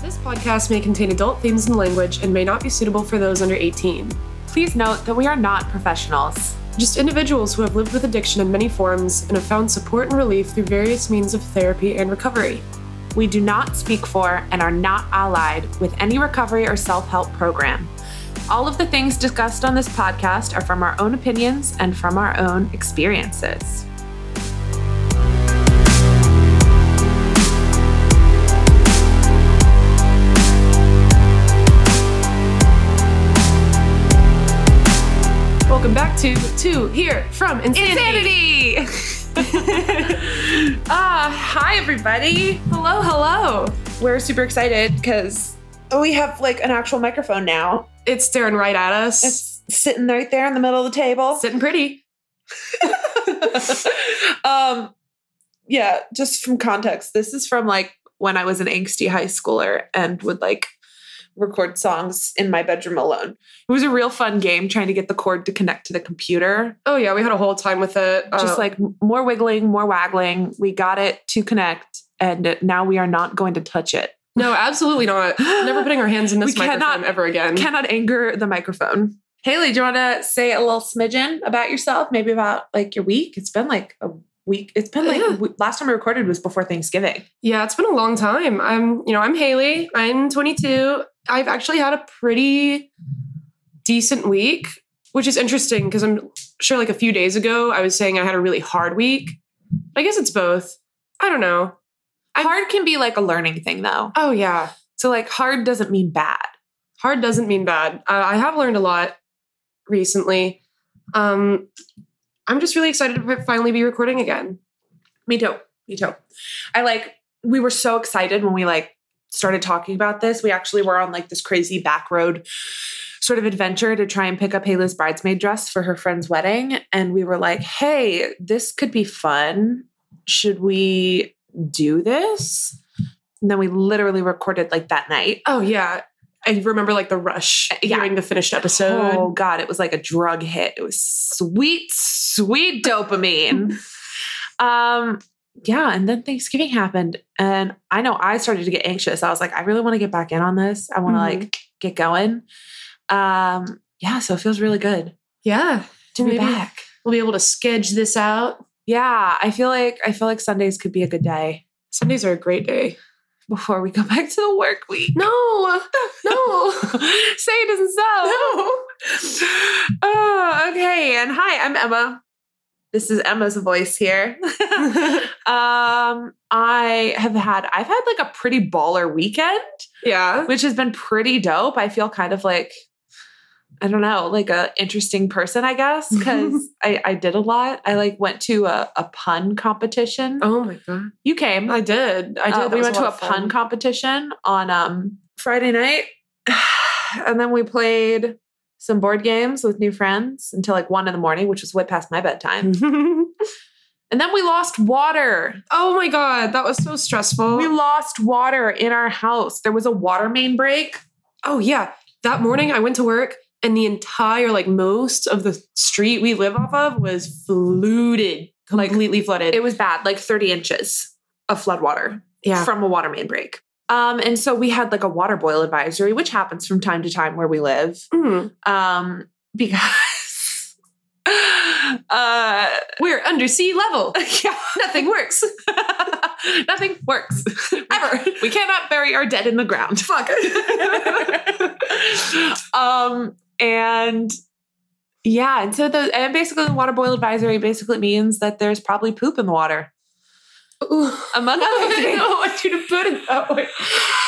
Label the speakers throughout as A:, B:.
A: This podcast may contain adult themes and language and may not be suitable for those under 18.
B: Please note that we are not professionals.
A: Just individuals who have lived with addiction in many forms and have found support and relief through various means of therapy and recovery.
B: We do not speak for and are not allied with any recovery or self help program. All of the things discussed on this podcast are from our own opinions and from our own experiences.
A: Welcome back to Two Here From Insanity. Uh,
B: Insanity! Ah, hi, everybody. Hello, hello. We're super excited because we have like an actual microphone now.
A: It's staring right at us.
B: It's sitting right there in the middle of the table.
A: sitting pretty.
B: um yeah just from context this is from like when i was an angsty high schooler and would like record songs in my bedroom alone it was a real fun game trying to get the cord to connect to the computer
A: Oh yeah, we had a whole time with it.
B: just
A: Uh,
B: like m- more wiggling more waggling we got it to connect and now we are not going to touch it
A: no, absolutely not. Never putting our hands in this
B: We cannot-
A: microphone ever again.
B: cannot anger the microphone haley do you want to say a little smidgen about yourself maybe about like your week it's been like a week it's been like a
A: Yeah.
B: w- last time we recorded was before thanksgiving
A: Yeah, it's been a long time. I'm, you know, I'm Haley. I'm 22. I've actually had a pretty decent week, which is interesting because I'm sure like a few days ago I was saying I had a really hard week. I guess it's both. I don't know.
B: hard can be like a learning thing though.
A: Oh yeah,
B: So like hard doesn't mean bad.
A: hard doesn't mean bad. Uh, I have learned a lot recently. Um, I'm just really excited to finally be recording again.
B: Me too. Me too. I like we were so excited when we like started talking about this. We actually were on like this crazy back road sort of adventure to try and pick up Haley's bridesmaid dress for her friend's wedding and we were like, "Hey, this could be fun. Should we do this?" And then we literally recorded like that night.
A: Oh yeah, I remember like the rush
B: Yeah.
A: hearing the finished episode.
B: Oh god, it was like a drug hit. It was sweet, sweet dopamine. um, yeah, and then Thanksgiving happened, and I know I started to get anxious. I was like, I really want to get back in on this. I want to
A: Mhm.
B: like get going. Um, yeah, so it feels really good
A: Yeah,
B: to be
A: Maybe-
B: back.
A: we'll be able to sketch this out.
B: Yeah, I feel like I feel like Sundays could be a good day
A: Sundays are a great day.
B: before we go back to the work week.
A: No, no.
B: Say it isn't so. Oh, okay. And hi, I'm Emma. This is Emma's voice here. um, I have had I've had like a pretty baller weekend,
A: yeah.
B: which has been pretty dope. I feel kind of like I don't know, like a interesting person, I guess, because I, I did a lot. I like went to a, a pun competition.
A: Oh my god. Oh,
B: You came.
A: I did. I did.
B: Uh,
A: That
B: we
A: was
B: went to a
A: lot of
B: pun
A: fun.
B: competition on um, Friday night, and then we played some board games with new friends until like one in the morning, which was way past my
A: Hmm.
B: bedtime. And then we lost water.
A: oh my god, that was so stressful.
B: We lost water in our house. There was a water main break.
A: oh yeah, that morning I went to work and the entire like most of the street we live off of was flooded,
B: Like,
A: completely flooded.
B: It was bad, like thirty inches of flood water
A: yeah.
B: from a water main break. Um, and so we had like a water boil advisory, which happens from time to time where we live.
A: Mm.
B: Um, because uh
A: We're under sea level.
B: yeah, nothing works. nothing works ever. We cannot bury our dead in the ground. Fuck. um, and yeah, and so the and basically the water boil advisory basically means that there's probably poop in the water, among other
A: I
B: things.
A: don't want you to put it that way.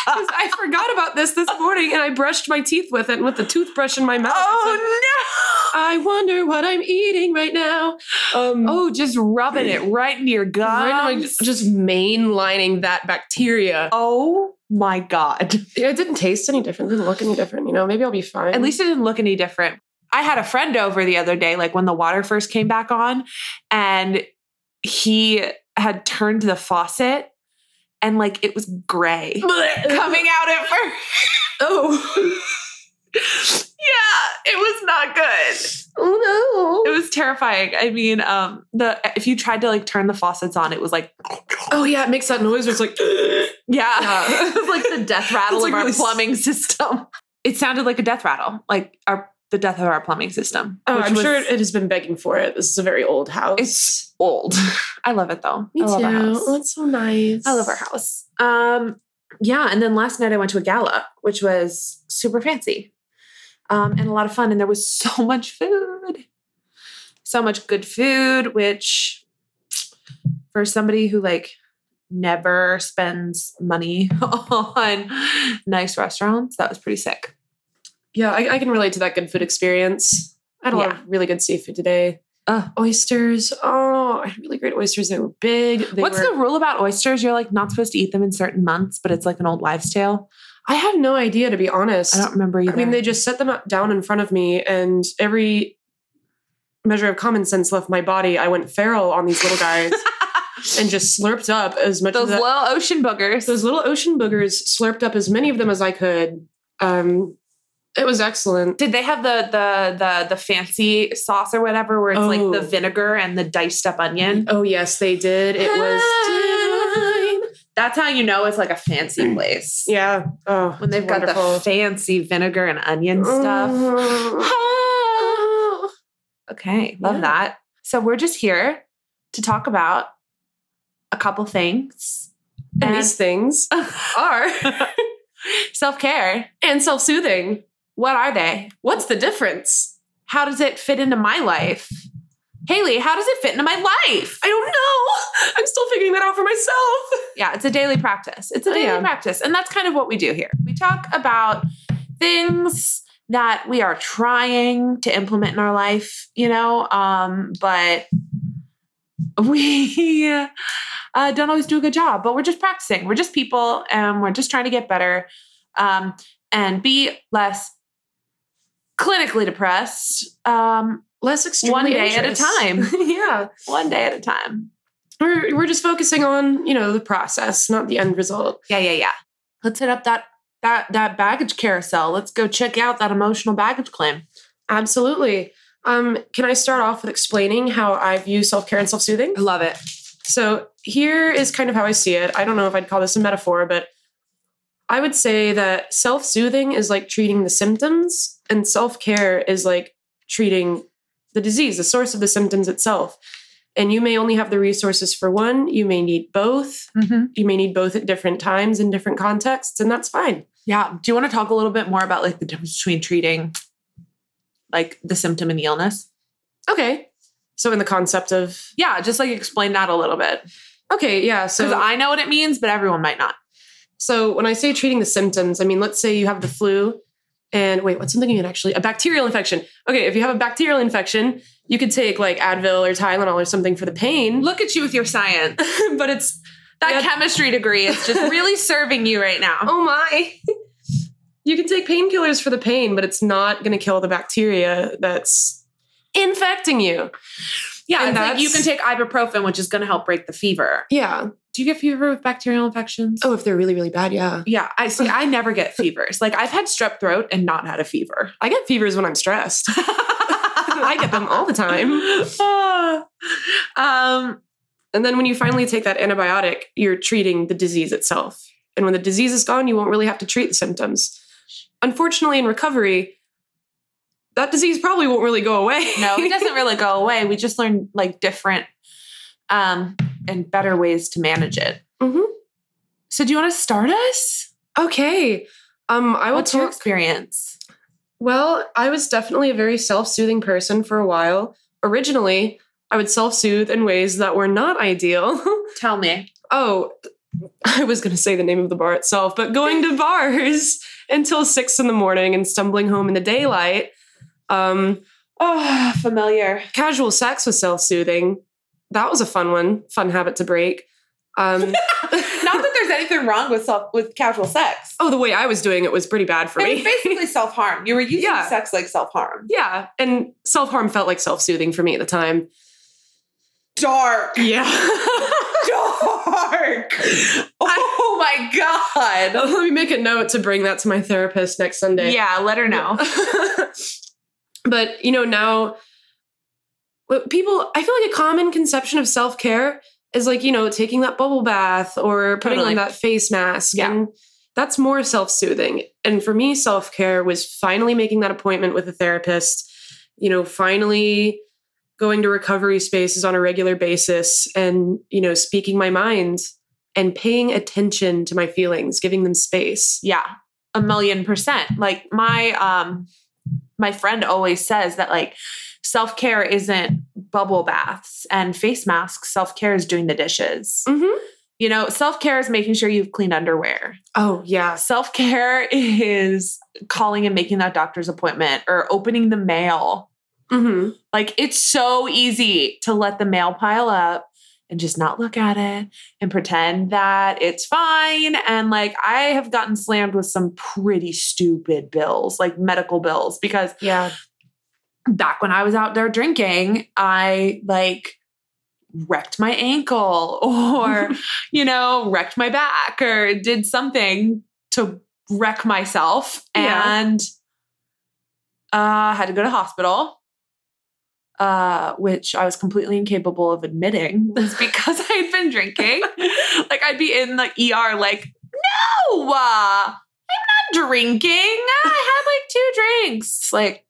A: 'Cause I forgot about this this morning and I brushed my teeth with it and with the toothbrush in my mouth. I
B: Oh
A: said, I wonder what I'm eating right now. Um,
B: no! Oh, just rubbing it right in your
A: right now,
B: gums.
A: like, just mainlining that bacteria.
B: oh my god.
A: It didn't taste any different. Didn't look any different. You know, maybe I'll be fine.
B: At least it didn't look any different. I had a friend over the other day, like when the water first came back on, and he had turned the faucet and like it was gray coming out at first.
A: Oh,
B: Yeah, it was not good.
A: oh
B: It
A: no.
B: was terrifying. I mean, um, the if you tried to like turn the faucets on, it was like
A: Oh yeah, it makes that noise. Where it's like.
B: Yeah.
A: Yeah.
B: it was like the death rattle
A: It's
B: of
A: like
B: our
A: really s-
B: plumbing system. It sounded like a death rattle, like our the death of our plumbing system.
A: Oh,
B: which
A: I'm
B: was-
A: sure it has been begging for it. This is a very old house.
B: it's old. I love it though. I love our house.
A: That's Oh, so nice.
B: I love our house. Um, yeah, and then last night I went to a gala, which was super fancy um, and a lot of fun. And there was so much food, so much good food. Which, for somebody who like never spends money on nice restaurants, that was pretty sick.
A: Yeah, I, I can relate to that good food experience. I had a lot
B: Yeah.
A: of really good seafood today.
B: Ugh.
A: Oysters. Oh, I had really great oysters. They were big. They
B: What's
A: were,
B: the rule about oysters? You're like not supposed to eat them in certain months, but it's like an old wives' tale.
A: I have no idea, to be honest.
B: I don't remember either.
A: I mean, they just set them out- down in front of me, and every measure of common sense left my body. I went feral on these little guys and just slurped up as much
B: those
A: of that-
B: little ocean boogers.
A: those little ocean boogers. Slurped up as many of them as I could. Um, it was excellent.
B: Did they have the the the the fancy sauce or whatever where it's like the
A: Oh.
B: vinegar and the diced up onion?
A: Oh yes, they did. It was
B: Time. That's how you know it's like a fancy place.
A: Mm. yeah. Oh,
B: When they've got the fancy vinegar and onion
A: Uh-huh.
B: stuff.
A: stuff.
B: okay, love
A: Ah. Yeah.
B: that. So we're just here to talk about a couple things.
A: And these things
B: are self-care.
A: and self-soothing.
B: What are they?
A: What's the difference?
B: How does it fit into my life? Haley, how does it fit into my life?
A: I don't know. I'm still figuring that out for myself.
B: Yeah, it's a daily practice. It's a
A: Oh,
B: daily
A: yeah.
B: practice. And that's kind of what we do here. We talk about things that we are trying to implement in our life, you know, um, but we uh, don't always do a good job, but we're just practicing. We're just people and we're just trying to get better um, and be less clinically depressed um,
A: Less extremely
B: One day at a
A: anxious.
B: time.
A: yeah.
B: one day at a time.
A: We're we're just focusing on, you know, the process, not the end result.
B: Yeah, yeah, yeah. Let's hit up that that that baggage carousel. Let's go check out that emotional baggage claim.
A: Absolutely. Um, can I start off with explaining how I view self-care and self-soothing?
B: I love it.
A: So here is kind of how I see it. I don't know if I'd call this a metaphor, but I would say that self soothing is like treating the symptoms, and self care is like treating the disease, the source of the symptoms itself. And you may only have the resources for one, you may need both.
B: Mm-hmm.
A: You may need both at different times in different contexts, and that's fine.
B: Yeah. Do you want to talk a little bit more about like the difference between treating like the symptom and the illness?
A: Okay. So, in the concept of,
B: Yeah, just like explain that a little bit
A: okay, yeah. So,
B: because I know what it means, but everyone might not.
A: So when I say treating the symptoms, I mean let's say you have the flu and wait, what's something you can actually a bacterial infection. Okay, if you have a bacterial infection, you could take like Advil or Tylenol or something for the pain,
B: Look at you with your science.
A: but it's
B: That
A: Yeah.
B: chemistry degree is just really serving you right now.
A: oh my. you can take painkillers for the pain, but it's not going to kill the bacteria that's infecting you.
B: yeah,
A: and
B: it's like
A: that's-
B: you can take ibuprofen, which is going to help break the fever.
A: Yeah.
B: Do you get fever with bacterial infections?
A: Oh, if they're really really bad, yeah.
B: Yeah, I see. I never get fevers. Like I've had strep throat and not had a fever.
A: I get fevers when I'm stressed.
B: I
A: I get them all the time.
B: um,
A: And then when you finally take that antibiotic, you're treating the disease itself. And when the disease is gone, you won't really have to treat the symptoms. Unfortunately, in recovery, that disease probably won't really go away.
B: no, it doesn't really go away. We just learn like different um, and better ways to manage it.
A: Mhm.
B: So, do you want to start us?
A: Okay. Um, I will
B: What's your
A: talk.
B: experience?
A: Well, I was definitely a very self-soothing person for a while. Originally, I would self-soothe in ways that were not ideal.
B: Tell me.
A: oh, I was going to say the name of the bar itself, but going to bars until six in the morning and stumbling home in the daylight. Um,
B: Oh, familiar.
A: casual sex was self-soothing that was a fun one fun habit to break um
B: Not that there's anything wrong with self with casual sex.
A: oh the way i was doing it was pretty bad for
B: It was
A: me
B: basically self harm. You were using
A: Yeah.
B: sex like self harm.
A: yeah and self-harm felt like self-soothing for me at the time
B: Dark.
A: yeah
B: dark. Oh my god.
A: let me make a note to bring that to my therapist next sunday
B: Yeah, let her know.
A: but you know now what people i feel like a common conception of self-care is like, you know, taking that bubble bath or putting
B: Totally.
A: on that face mask.
B: Yeah.
A: And that's more self soothing. And for me, self care was finally making that appointment with a therapist, you know, finally going to recovery spaces on a regular basis and, you know, speaking my mind and paying attention to my feelings, giving them space.
B: Yeah, a million percent. Like my um my friend always says that like self-care isn't bubble baths and face masks. Self-care is doing the dishes.
A: Mm-hmm.
B: You know, self-care is making sure you've cleaned underwear.
A: Oh, yes.
B: Self-care is calling and making that doctor's appointment or opening the mail.
A: Mm-hmm.
B: Like it's so easy to let the mail pile up and just not look at it and pretend that it's fine. And like I have gotten slammed with some pretty stupid bills, like medical bills, because
A: Yeah.
B: back when I was out there drinking, I like wrecked my ankle or, you know, wrecked my back or did something to wreck myself
A: Yeah.
B: and uh had to go to hospital. Uh, which I was completely incapable of admitting was because I had been drinking. like I'd be in the ER, like, no, uh, I'm not drinking. I had like two drinks. Like,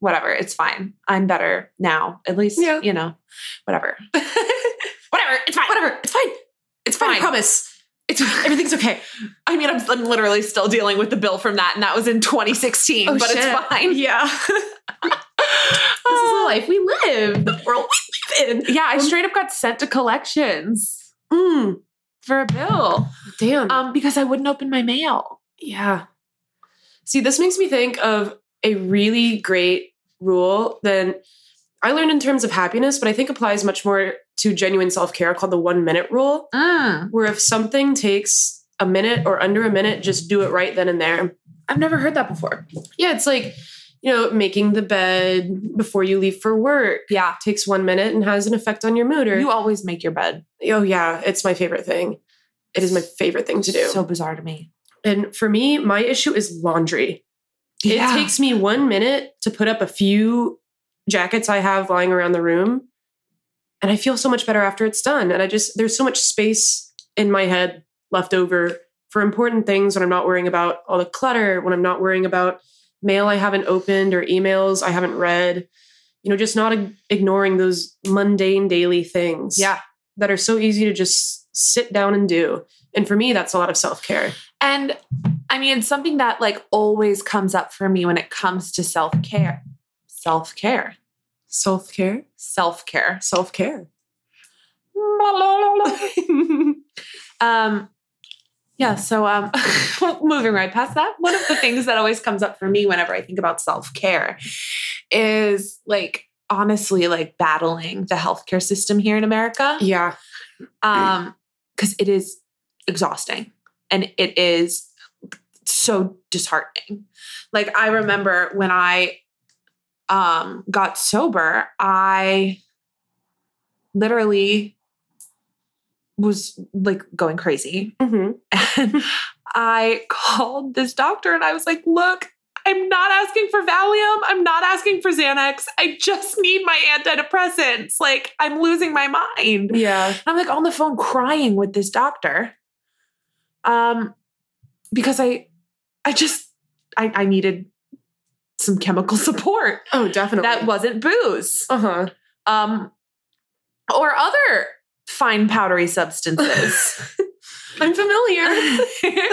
B: whatever, it's fine. I'm better now. At least,
A: Yeah.
B: you know, whatever. whatever, it's fine.
A: Whatever. It's fine. It's fine. I
B: Fine.
A: promise.
B: It's everything's okay. I mean, I'm, I'm literally still dealing with the bill from that, and that was in 2016,
A: Oh,
B: but
A: shit.
B: it's fine.
A: Yeah. This is the life we live. The world we live in.
B: yeah, I straight up got sent to collections
A: Mm,
B: for a bill
A: damn.
B: um, because I wouldn't open my mail.
A: yeah. See, this makes me think of a really great rule that I learned in terms of happiness, but I think applies much more to genuine self care called the one minute rule, where if something takes a minute or under a minute, just do it right then and there.
B: I've never heard that before.
A: Yeah, it's like, you know, making the bed before you leave for work
B: Yeah.
A: takes one minute and has an effect on your mood. Or,
B: You always make your bed.
A: oh, yeah, it's my favorite thing. It is my favorite thing to do.
B: So bizarre to me.
A: And for me, my issue is laundry. It takes me one minute to put up a few jackets I have lying around the room. And I feel so much better after it's done. And I just, there's so much space in my head left over for important things when I'm not worrying about all the clutter, when I'm not worrying about mail I haven't opened or emails I haven't read. You know, just not ig- ignoring those mundane daily things
B: Yeah.
A: that are so easy to just sit down and do. And for me, that's a lot of self care.
B: And I mean, it's something that like always comes up for me when it comes to self care, self care,
A: Self care?
B: self care.
A: Self care.
B: um, yeah. So um, moving right past that, one of the things that always comes up for me whenever I think about self care is like honestly like battling the healthcare system here in America.
A: yeah.
B: um because it is exhausting and it is so disheartening like i remember when i um got sober i literally was like going crazy
A: Mm-hmm.
B: and i called this doctor and i was like look i'm not asking for valium i'm not asking for xanax i just need my antidepressants like i'm losing my mind
A: Yeah.
B: I'm like on the phone crying with this doctor. Um, because I I just I, I needed some chemical support
A: Oh, definitely.
B: that wasn't booze.
A: uh huh.
B: Um or other fine powdery substances.
A: I'm familiar.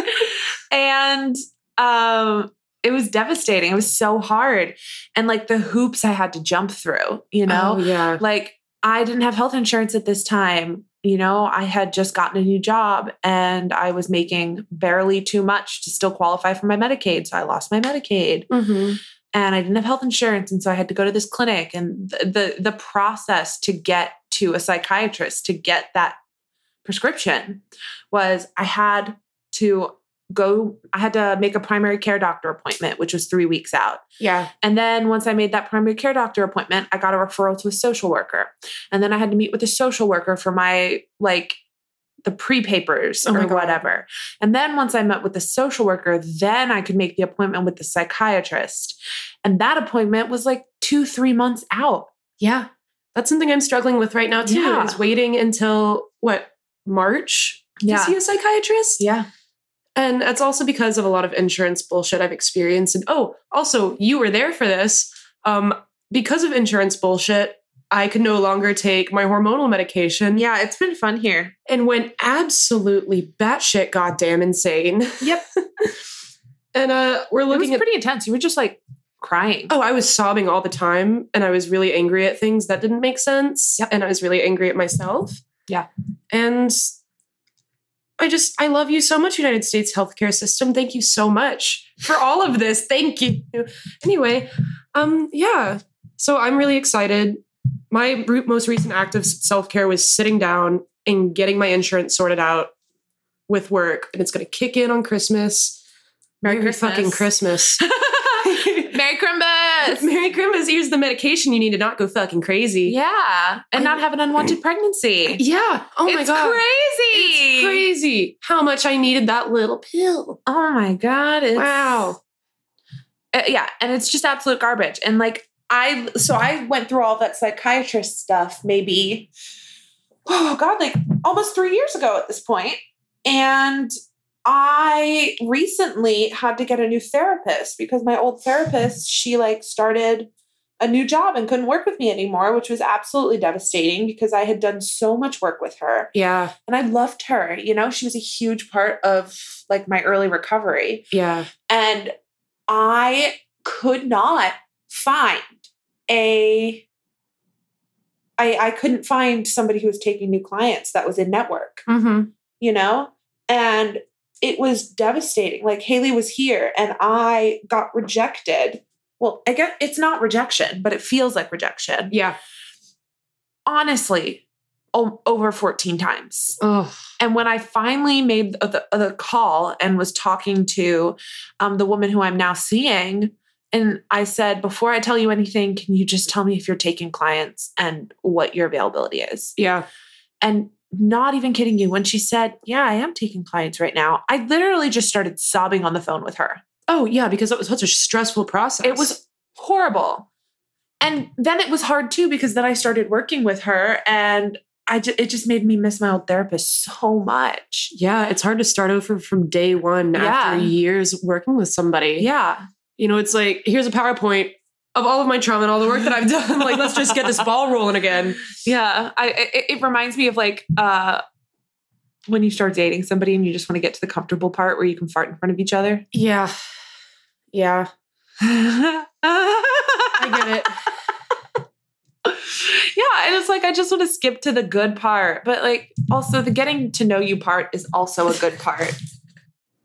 B: and um it was devastating. It was so hard. And like the hoops I had to jump through, you know?
A: yeah.
B: like I didn't have health insurance at this time. You know, I had just gotten a new job and I was making barely too much to still qualify for my Medicaid. So I lost my Medicaid
A: Mm-hmm.
B: and I didn't have health insurance. And so I had to go to this clinic and the the, the process to get to a psychiatrist to get that prescription was I had to go I had to make a primary care doctor appointment, which was three weeks out.
A: Yeah.
B: And then once I made that primary care doctor appointment, I got a referral to a social worker. And then I had to meet with a social worker for my like the pre-papers
A: Oh my
B: or
A: God.
B: whatever. And then once I met with the social worker, then I could make the appointment with the psychiatrist. And that appointment was like 2 3 months out.
A: Yeah. that's something I'm struggling with right now too.
B: Yeah.
A: Is waiting until what March to see a psychiatrist,
B: Yeah.
A: and that's also because of a lot of insurance bullshit I've experienced. And oh, also you were there for this. Um, because of insurance bullshit, I could no longer take my hormonal medication,
B: Yeah. It's been fun here.
A: and went absolutely batshit goddamn insane.
B: Yep.
A: and uh, we're
B: It was
A: looking at
B: pretty intense. You were just like crying.
A: Oh, I was sobbing all the time and I was really angry at things that didn't make sense.
B: Yep.
A: And I was really angry at myself.
B: Yeah.
A: And I just, I love you so much, United States healthcare system. Thank you so much for all of this. Thank you. Anyway, um, yeah. So I'm really excited. My re- most recent act of self care was sitting down and getting my insurance sorted out with work. And it's going to kick in on Christmas.
B: Merry
A: fucking Christmas.
B: Merry Christmas.
A: Merry Christmas. Here's the medication you need to not go fucking crazy.
B: yeah. And not have an unwanted pregnancy.
A: Yeah. Oh my
B: it's
A: god.
B: crazy.
A: It's crazy how much I needed that little pill.
B: Oh my God. It's,
A: Wow.
B: Uh, yeah. And it's just absolute garbage. And like, I, so I went through all that psychiatrist stuff maybe, oh God, like almost three years ago at this point. And I recently had to get a new therapist because my old therapist, she like started a new job and couldn't work with me anymore, which was absolutely devastating because I had done so much work with her.
A: Yeah.
B: and I loved her. You know, she was a huge part of like my early recovery.
A: Yeah.
B: And I could not find a I I couldn't find somebody who was taking new clients that was in network,
A: Mm-hmm.
B: you know? And it was devastating. Like Haley was here and I got rejected. Well, I guess it's not rejection, but it feels like rejection.
A: Yeah.
B: Honestly, o- over 14 times.
A: Oh.
B: And when I finally made the, the, the call and was talking to um, the woman who I'm now seeing, and I said, before I tell you anything, can you just tell me if you're taking clients and what your availability is?
A: Yeah.
B: And not even kidding you, when she said, Yeah, I am taking clients right now, I literally just started sobbing on the phone with her.
A: Oh yeah, because that was such a stressful process.
B: It was horrible. And then it was hard too because then I started working with her and I ju- it just made me miss my old therapist so much.
A: Yeah, it's hard to start over from day one after
B: Yeah.
A: years working with somebody.
B: Yeah.
A: You know, it's like here's a PowerPoint of all of my trauma and all the work that I've done. like, let's just get this ball rolling again.
B: Yeah, I it, it reminds me of like uh when you start dating somebody and you just want to get to the comfortable part where you can fart in front of each other.
A: Yeah. Yeah. I
B: I
A: get it.
B: Yeah, and it's like I just want to skip to the good part, but like also the getting to know you part is also a good part.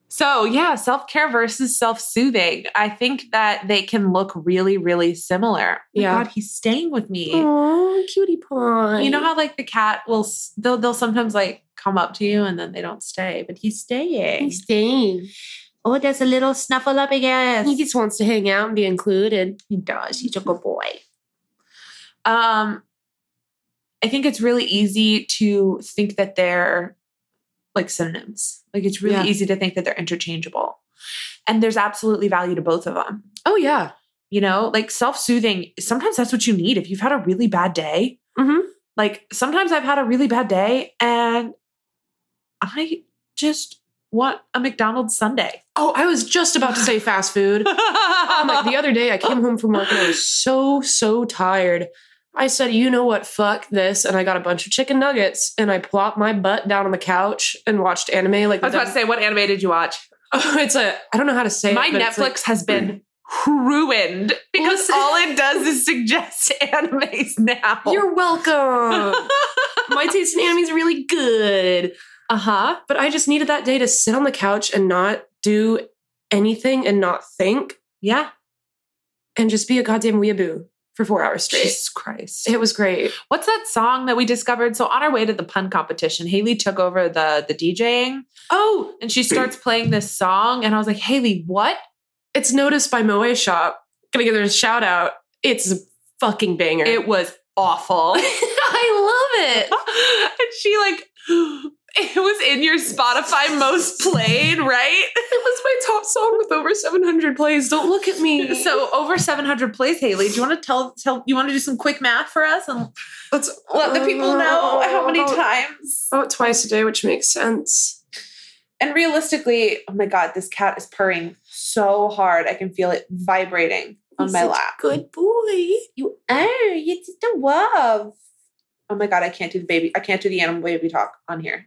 B: So, yeah, self care versus self soothing. I think that they can look really, really similar. My
A: Yeah.
B: God, he's staying with me.
A: Oh, cutie pie.
B: You know how like the cat will s- they'll they'll sometimes like come up to you and then they don't stay, but he's staying.
A: He's staying.
B: oh, there's a little snuffle up again.
A: He just wants to hang out and be included.
B: he does. He's a good boy. Um, I think it's really easy to think that they're like synonyms. Like it's really
A: Yeah.
B: easy to think that they're interchangeable, and there's absolutely value to both of them.
A: Oh yeah.
B: You know, like self soothing. Sometimes that's what you need if you've had a really bad day.
A: Mm-hmm.
B: Like sometimes I've had a really bad day and I just want a McDonald's Sunday.
A: Oh, I was just about to say fast food.
B: Oh
A: I'm like, the other day, I came home from work and I was so so tired. I said, you know what? Fuck this. And I got a bunch of chicken nuggets and I plopped my butt down on the couch and watched anime. Like
B: I was about to say, what anime did you watch?
A: oh, it's a I don't know how to say
B: My
A: it, but it's
B: Netflix
A: like-
B: has been ruined because
A: Listen-
B: all it does is suggest animes now.
A: You're welcome. my taste in anime is really good.
B: uh huh.
A: But I just needed that day to sit on the couch and not do anything and not think
B: Yeah.
A: and just be a goddamn weeaboo for four hours straight.
B: Jesus Christ.
A: It was great.
B: What's that song that we discovered? So on our way to the pun competition, Haley took over the the DJing
A: Oh,
B: and she starts playing this song and I was like, "Haley, what?"
A: it's noticed by Moe Shop. Gonna give her a shout out. It's a fucking banger.
B: It was awful.
A: I love it.
B: and she like It was in your Spotify most played, right?
A: It was my top song with over 700 plays. Don't look at me.
B: So over 700 plays, Haley. Do you want to tell tell you want to do some quick math for us and
A: Let's
B: let the people know how many
A: Oh, About-
B: times?
A: About twice a day, which makes sense.
B: And realistically, oh my god, this cat is purring so hard. I can feel it vibrating on my lap.
A: Good boy.
B: You are, you did the love. Oh my god, I can't do the baby. I can't do the animal baby talk on here.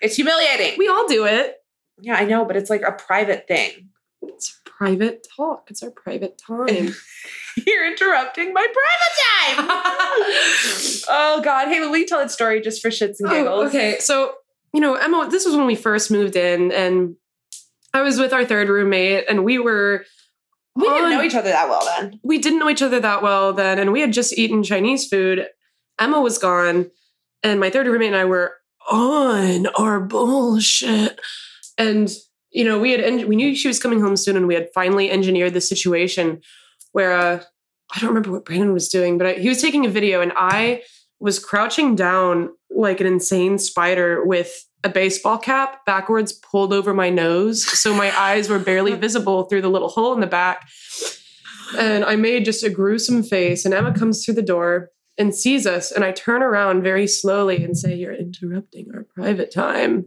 B: it's humiliating.
A: We all do it.
B: Yeah, I know, but it's like a private thing.
A: It's a private talk. It's our private time.
B: You're interrupting my private time. oh God, Haley, will you tell that story just for shits and giggles?
A: Oh, okay. So, you know, Emma, this was when we first moved in, and I was with our third roommate, and we were
B: We didn't know
A: on-
B: each other that well then.
A: we didn't know each other that well then, and we had just eaten Chinese food. Emma was gone, and my third roommate and I were on our bullshit. And you know, we had en- we knew she was coming home soon, and we had finally engineered the situation where uh, I don't remember what Brandon was doing, but I, he was taking a video, and I was crouching down like an insane spider with a baseball cap backwards pulled over my nose, so my eyes were barely visible through the little hole in the back. And I made just a gruesome face, and Emma comes through the door and sees us, and I turn around very slowly and say, "You're interrupting our private time."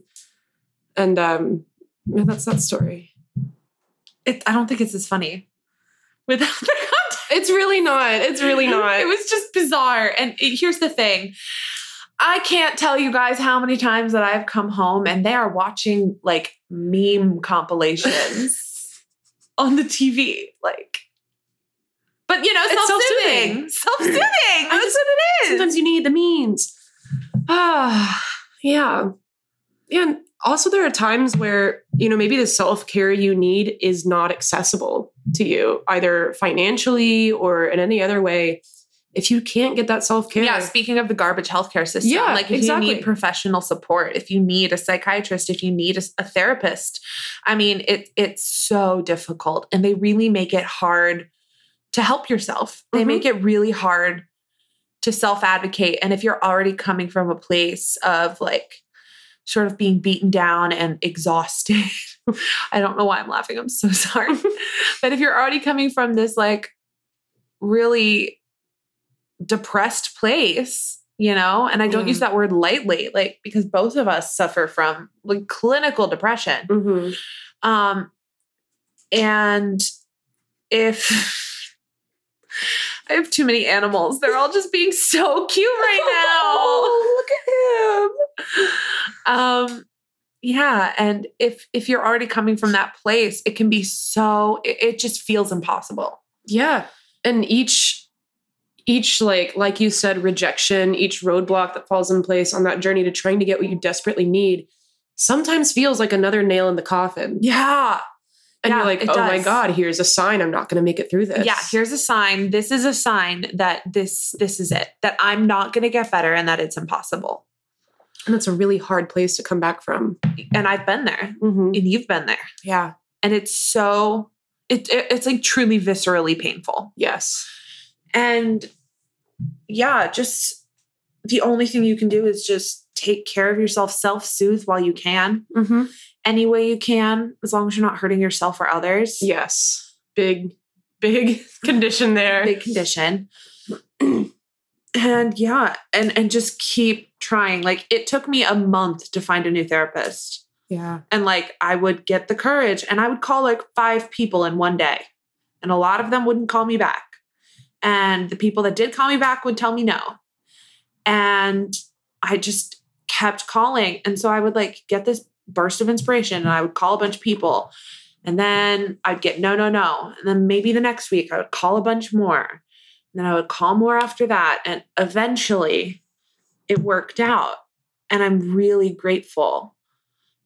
A: And um, yeah, that's that story.
B: It, I don't think it's as funny without the context.
A: It's really not. It's really not.
B: It was just bizarre. And it- here's the thing. I can't tell you guys how many times that I've come home and they are watching like meme compilations on the TV. Like, but you know,
A: It's
B: self-soothing.
A: self-soothing.
B: Self-soothing. That's
A: just-
B: what it is.
A: Sometimes you need the means. Ah, yeah. Yeah. And also, there are times where, you know, maybe the self care you need is not accessible to you, either financially or in any other way. If you can't get that self care,
B: Yeah, speaking of the garbage healthcare system,
A: Yeah,
B: like if
A: exactly.
B: you need professional support, if you need a psychiatrist, if you need a, a therapist, I mean, it it's so difficult and they really make it hard to help yourself. They
A: Mhm.
B: make it really hard to self-advocate and if you're already coming from a place of like sort of being beaten down and exhausted. I don't know why I'm laughing. I'm so sorry. but if you're already coming from this like really depressed place, you know, and I don't
A: Yeah.
B: use that word lightly, like because both of us suffer from like clinical depression.
A: Mhm.
B: Um and if I have too many animals. They're all just being so cute right now. um yeah and if if you're already coming from that place it can be so it, it just feels impossible
A: Yeah. And each each like like you said rejection, each roadblock that falls in place on that journey to trying to get what you desperately need sometimes feels like another nail in the coffin.
B: yeah
A: And
B: Yeah,
A: you're like,
B: it
A: "Oh my
B: does.
A: god, here's a sign I'm not going to make it through this."
B: yeah here's a sign this is a sign that this this is it that i'm not going to get better and that it's impossible
A: and that's a really hard place to come back from.
B: and i've been there
A: Mhm.
B: and you've been there
A: Yeah.
B: and it's so it, it it's like truly viscerally painful
A: Yes.
B: And yeah, just the only thing you can do is just take care of yourself, self soothe while you can,
A: Mhm.
B: any way you can, as long as you're not hurting yourself or others.
A: Yes. Big big condition there.
B: Big condition. and yeah, and and just keep trying. Like it took me a month to find a new therapist.
A: Yeah.
B: And like I would get the courage and I would call like five people in one day. And a lot of them wouldn't call me back. And the people that did call me back would tell me no. And I just kept calling. And so I would like get this burst of inspiration and I would call a bunch of people. And then I'd get no, no, no. And then maybe the next week I would call a bunch more. And then I would call more after that. And eventually it worked out. And I'm really grateful.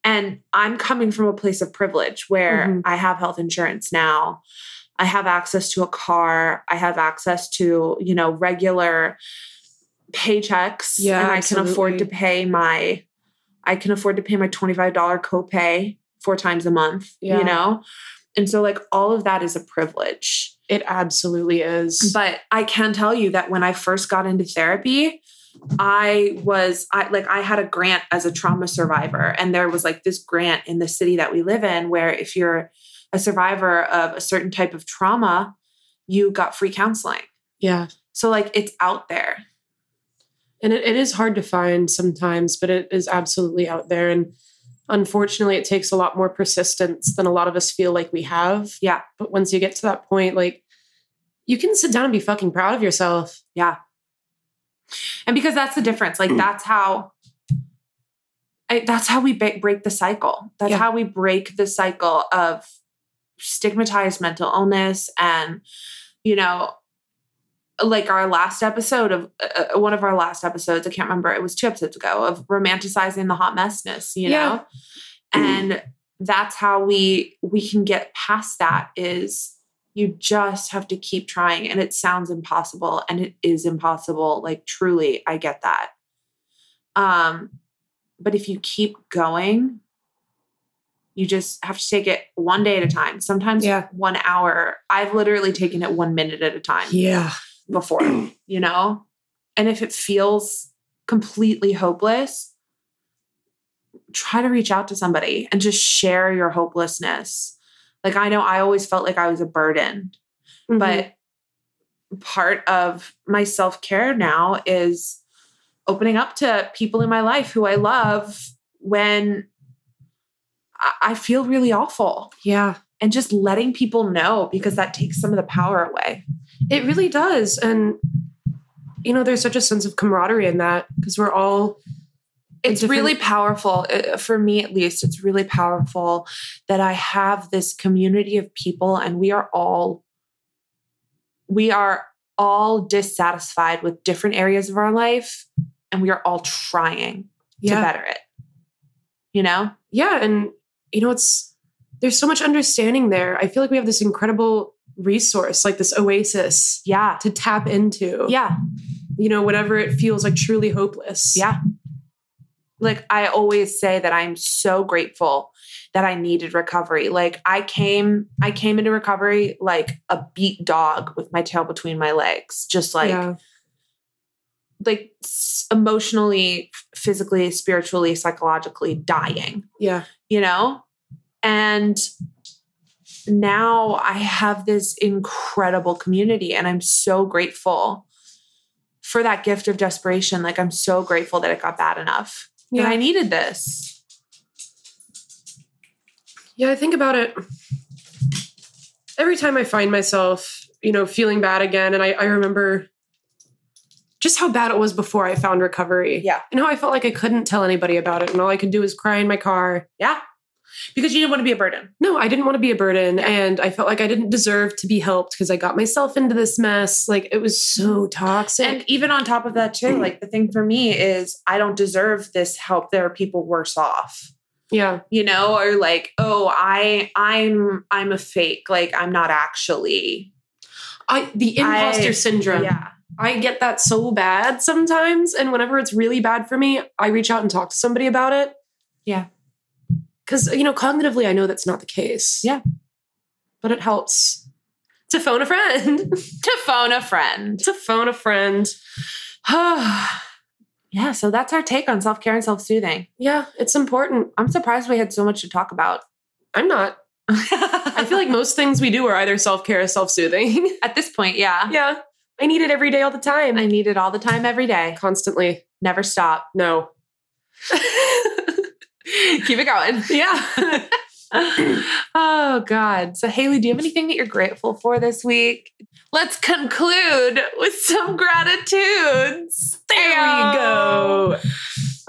B: And I'm coming from a place of privilege where
A: Mhm.
B: I have health insurance now. I have access to a car. I have access to, you know, regular paychecks.
A: Yeah,
B: And I can afford to
A: absolutely.
B: pay my I can afford to pay my $25 copay four times a month,
A: Yeah.
B: you know? And so, like, all of that is a privilege.
A: It absolutely is.
B: But I can tell you that when I first got into therapy, I was I like I had a grant as a trauma survivor and there was like this grant in the city that we live in where if you're a survivor of a certain type of trauma, you got free counseling.
A: Yeah.
B: So like it's out there.
A: And it, it is hard to find sometimes, but it is absolutely out there. And unfortunately, it takes a lot more persistence than a lot of us feel like we have.
B: Yeah.
A: But once you get to that point, like you can sit down and be fucking proud of yourself.
B: Yeah. And because that's the difference. Like that's how I, that's how we ba- break the cycle. That's
A: Yeah.
B: how we break the cycle of stigmatized mental illness and you know like our last episode of uh, uh, one of our last episodes, I can't remember, it was two episodes ago of romanticizing the hot messness, you
A: Yeah.
B: know? And that's how we we can get past that is you just have to keep trying and it sounds impossible and it is impossible like truly i get that um but if you keep going you just have to take it one day at a time sometimes
A: Yeah.
B: one hour i've literally taken it one minute at a time
A: Yeah.
B: before you know and if it feels completely hopeless try to reach out to somebody and just share your hopelessness like i know i always felt like i was a burden but part of my self care now is opening up to people in my life who I love when I- I feel really awful
A: Mm-hmm. yeah.
B: and just letting people know because that takes some of the power away.
A: It really does. And, you know, there's such a sense of camaraderie in that because we're all,
B: It's
A: different-
B: really powerful uh, for me, at least. It's really powerful that I have this community of people, and we are all we are all dissatisfied with different areas of our life, and we are all trying. to better it. You know?
A: yeah and you know it's there's so much understanding there i feel like we have this incredible resource like this oasis
B: Yeah.
A: to tap into
B: Yeah.
A: you know whenever it feels like truly hopeless
B: Yeah. Like I always say that I'm so grateful that I needed recovery. Like I came I came into recovery like a beat dog with my tail between my legs. Just like
A: yeah
B: like s- emotionally, f- physically, spiritually, psychologically dying.
A: yeah
B: you know? And now I have this incredible community, and I'm so grateful for that gift of desperation. Like, I'm so grateful that it got bad enough. Yeah.
A: Yeah.
B: I needed this.
A: yeah i think about it every time i find myself you know feeling bad again and i, I remember just how bad it was before i found recovery
B: Yeah.
A: and how i felt like i couldn't tell anybody about it and all i could do was cry in my car
B: Yeah. Because you didn't want to be a burden.
A: no, I didn't want to be a burden. And I felt like I didn't deserve to be helped because I got myself into this mess. Like it was so toxic.
B: And even on top of that, too, like the thing for me is I don't deserve this help. There are people worse off.
A: yeah.
B: you know or like oh i i'm i'm a fake like i'm not actually
A: I the imposter
B: I-
A: syndrome.
B: yeah
A: I get that so bad sometimes. And whenever it's really bad for me, I reach out and talk to somebody about it.
B: Yeah.
A: Cause you know, cognitively I know that's not the case.
B: Yeah.
A: But it helps. To phone a friend.
B: to phone a friend
A: to phone a friend.
B: yeah, so that's our take on self care and self soothing.
A: Yeah, it's important.
B: I'm surprised we had so much to talk about.
A: I'm not. I
B: I
A: feel like most things we do are either self-care or self-soothing.
B: at this point, yeah,
A: yeah. I need it every day, all the time.
B: I need it all the time, every day.
A: constantly.
B: Never stop.
A: No.
B: Keep it going.
A: Yeah.
B: oh, God. So, Haley, do you have anything that you're grateful for this week? Let's conclude with some gratitudes.
A: there we go.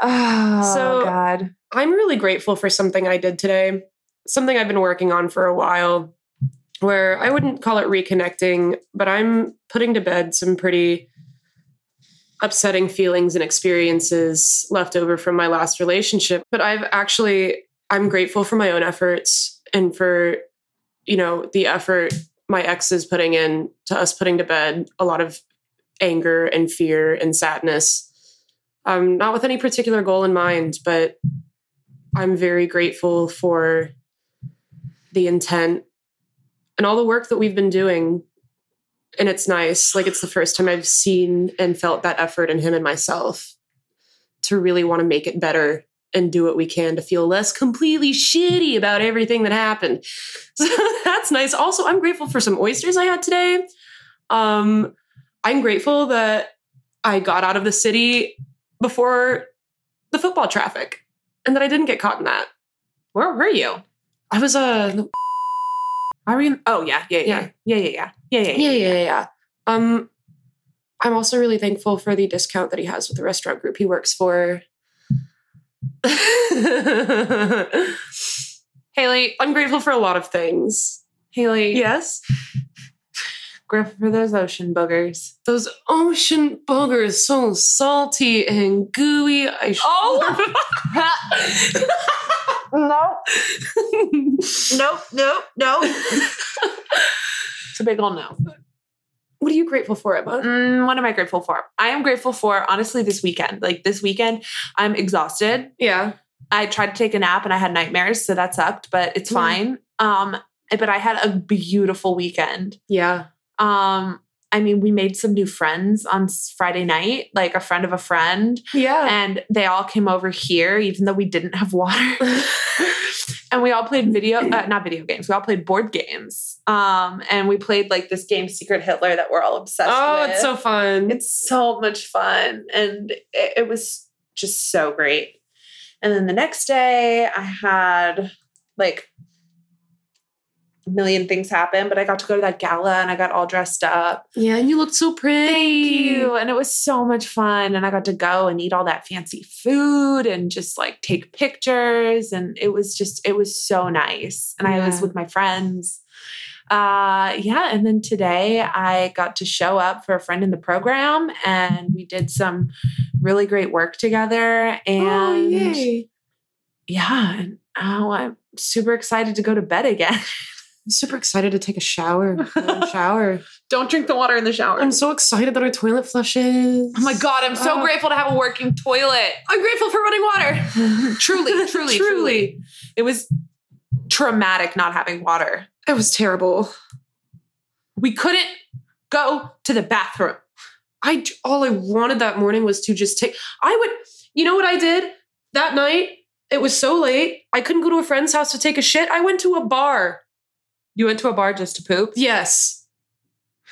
B: Oh,
A: So-
B: God.
A: I'm really grateful for something I did today, something I've been working on for a while, where I wouldn't call it reconnecting, but I'm putting to bed some pretty upsetting feelings and experiences left over from my last relationship. But I've actually, I'm grateful for my own efforts and for, you know, the effort my ex is putting in to us putting to bed a lot of anger and fear and sadness. Um, not with any particular goal in mind, but I'm very grateful for the intent and all the work that we've been doing and it's nice. Like it's the first time I've seen and felt that effort in him and myself to really want to make it better and do what we can to feel less completely shitty about everything that happened. So that's nice. Also, I'm grateful for some oysters I had today. Um, I'm grateful that I got out of the city before the football traffic and that I didn't get caught in that.
B: Where were you?
A: I was uh
B: Are we? In, oh yeah, yeah, yeah, yeah, yeah, yeah, yeah, yeah.
A: yeah, yeah, yeah. Um, I'm also really thankful for the discount that he has with the restaurant group he works for. Haley, I'm grateful for a lot of things.
B: Haley,
A: Yes,
B: grateful for those ocean boogers.
A: those ocean boogers so salty and gooey. I
B: Oh! No, no, no, no. It's a big old no.
A: what are you grateful for, Emma?
B: Mm, what am I grateful for? I am grateful for honestly this weekend. Like this weekend, I'm exhausted.
A: Yeah,
B: I tried to take a nap and I had nightmares, so that sucked, but it's
A: Mm.
B: fine. Um, but I had a beautiful weekend.
A: yeah,
B: Um, I mean, we made some new friends on s- Friday night, like a friend of a friend,
A: yeah.
B: and they all came over here, even though we didn't have water. and we all played video, uh, not video games. We all played board games. Um, and we played like this game, Secret Hitler, that we're all obsessed
A: Oh,
B: with.
A: it's so fun.
B: It's so much fun. And it, it was just so great. And then the next day, I had like a million things happen, but I got to go to that gala and I got all dressed up.
A: yeah, and you looked so pretty.
B: you. And it was so much fun. And I got to go and eat all that fancy food and just like take pictures. And it was just, it was so nice. And I was
A: Yeah.
B: with my friends. Uh yeah, and then today I got to show up for a friend in the program and we did some really great work together. And
A: Oh, yay.
B: yeah, and oh, I'm super excited to go to bed again.
A: I'm super excited to take a shower. warm shower.
B: Don't drink the water in the shower.
A: I'm so excited that our toilet flushes.
B: oh my god, I'm so
A: Oh.
B: grateful to have a working toilet.
A: I'm grateful for running water.
B: truly, truly,
A: Truly.
B: truly. It was traumatic not having water.
A: It was terrible.
B: We couldn't go to the bathroom.
A: I all I wanted that morning was to just take. I would. You know what I did that night? It was so late. I couldn't go to a friend's house to take a shit. I went to a bar.
B: You went to a bar just to poop?
A: Yes,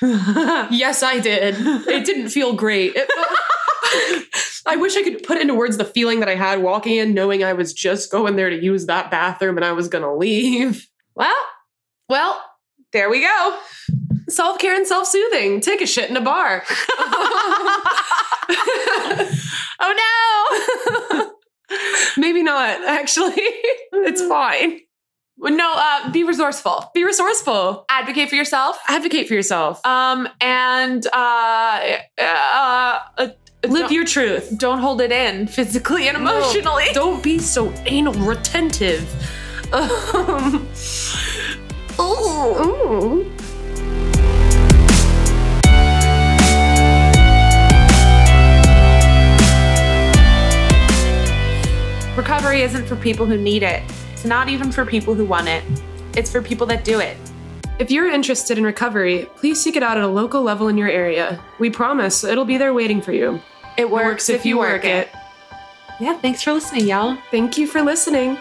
A: yes, I did. It didn't feel great. It felt- I wish I could put into words the feeling that I had walking in, knowing I was just going there to use that bathroom and I was gonna leave.
B: well, well, there we go.
A: Self care and self soothing. Take a shit in a bar.
B: oh
A: Maybe not, actually.
B: no.
A: it's fine.
B: fine. No, uh, be resourceful.
A: Be resourceful.
B: Advocate for yourself.
A: Advocate for yourself.
B: Um, and uh, uh, uh,
A: Live
B: don't-
A: your truth.
B: don't hold it in physically and
A: No.
B: emotionally.
A: Don't be so anal retentive. Um, ooh.
B: Recovery isn't for people who need it. It's not even for people who want it. It's for people that do it.
A: If you're interested in recovery, please seek it out at a local level in your area. We promise it'll be there waiting for you.
B: It works, if, you work it. Yeah, thanks for listening, y'all.
A: Thank you for listening.